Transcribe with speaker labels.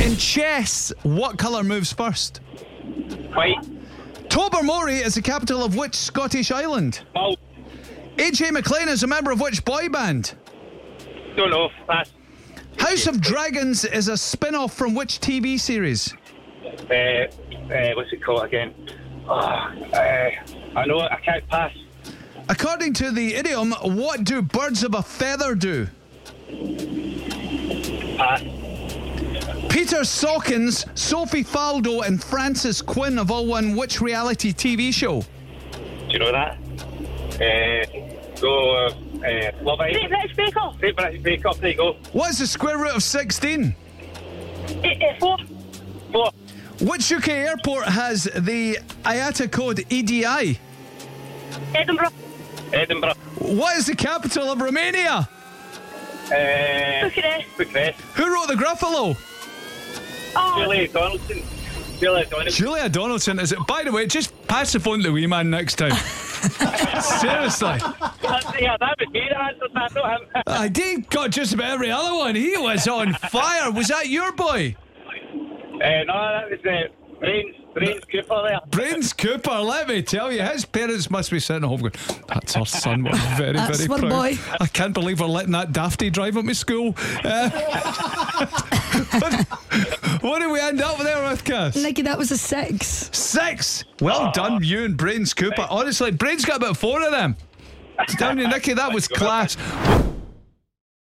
Speaker 1: In chess, what colour moves first?
Speaker 2: White.
Speaker 1: Tobermory is the capital of which Scottish island?
Speaker 2: Malt.
Speaker 1: AJ McLean is a member of which boy band?
Speaker 2: Don't know. Pass.
Speaker 1: House of Dragons is a spin off from which TV series?
Speaker 2: Uh, uh, what's it called again? Oh, uh, I know. it, I can't pass.
Speaker 1: According to the idiom, what do birds of a feather do?
Speaker 2: Pass.
Speaker 1: Peter Sawkins, Sophie Faldo, and Francis Quinn have all won which reality TV show?
Speaker 2: Do you know that? Uh, go. Uh, uh, Love
Speaker 3: Great
Speaker 2: Island.
Speaker 3: British Bake Off.
Speaker 2: Great British Bake Off. There you go.
Speaker 1: What is the square root of 16?
Speaker 3: Eight, eight, four.
Speaker 2: Four.
Speaker 1: Which UK airport has the IATA code E EDI?
Speaker 3: Edinburgh.
Speaker 2: Edinburgh.
Speaker 1: What is the capital of Romania?
Speaker 2: Uh,
Speaker 3: Bucharest.
Speaker 2: Bucharest.
Speaker 1: Who wrote The Gruffalo?
Speaker 3: Oh,
Speaker 2: Julia Donaldson. Julia Donaldson.
Speaker 1: Julia Donaldson is it? By the way, just pass the phone to the wee man next time. Seriously.
Speaker 2: yeah, that was me that answered that, uh, not him.
Speaker 1: I did got just about every other one. He was on fire. Was that your boy?
Speaker 2: Uh, no, that was uh, Brains, Brains Cooper there.
Speaker 1: Prince Cooper, let me tell you, his parents must be sitting at home going, That's our son. We're very,
Speaker 4: That's
Speaker 1: very
Speaker 4: our
Speaker 1: proud.
Speaker 4: boy.
Speaker 1: I can't believe we're letting that dafty drive him to school. Uh, what, what did we end up there with, Cass?
Speaker 4: Nicky, that was a six.
Speaker 1: Six. Well done, you and Brains Cooper. Honestly, Brains got about four of them. It's down to Nicky. That was class.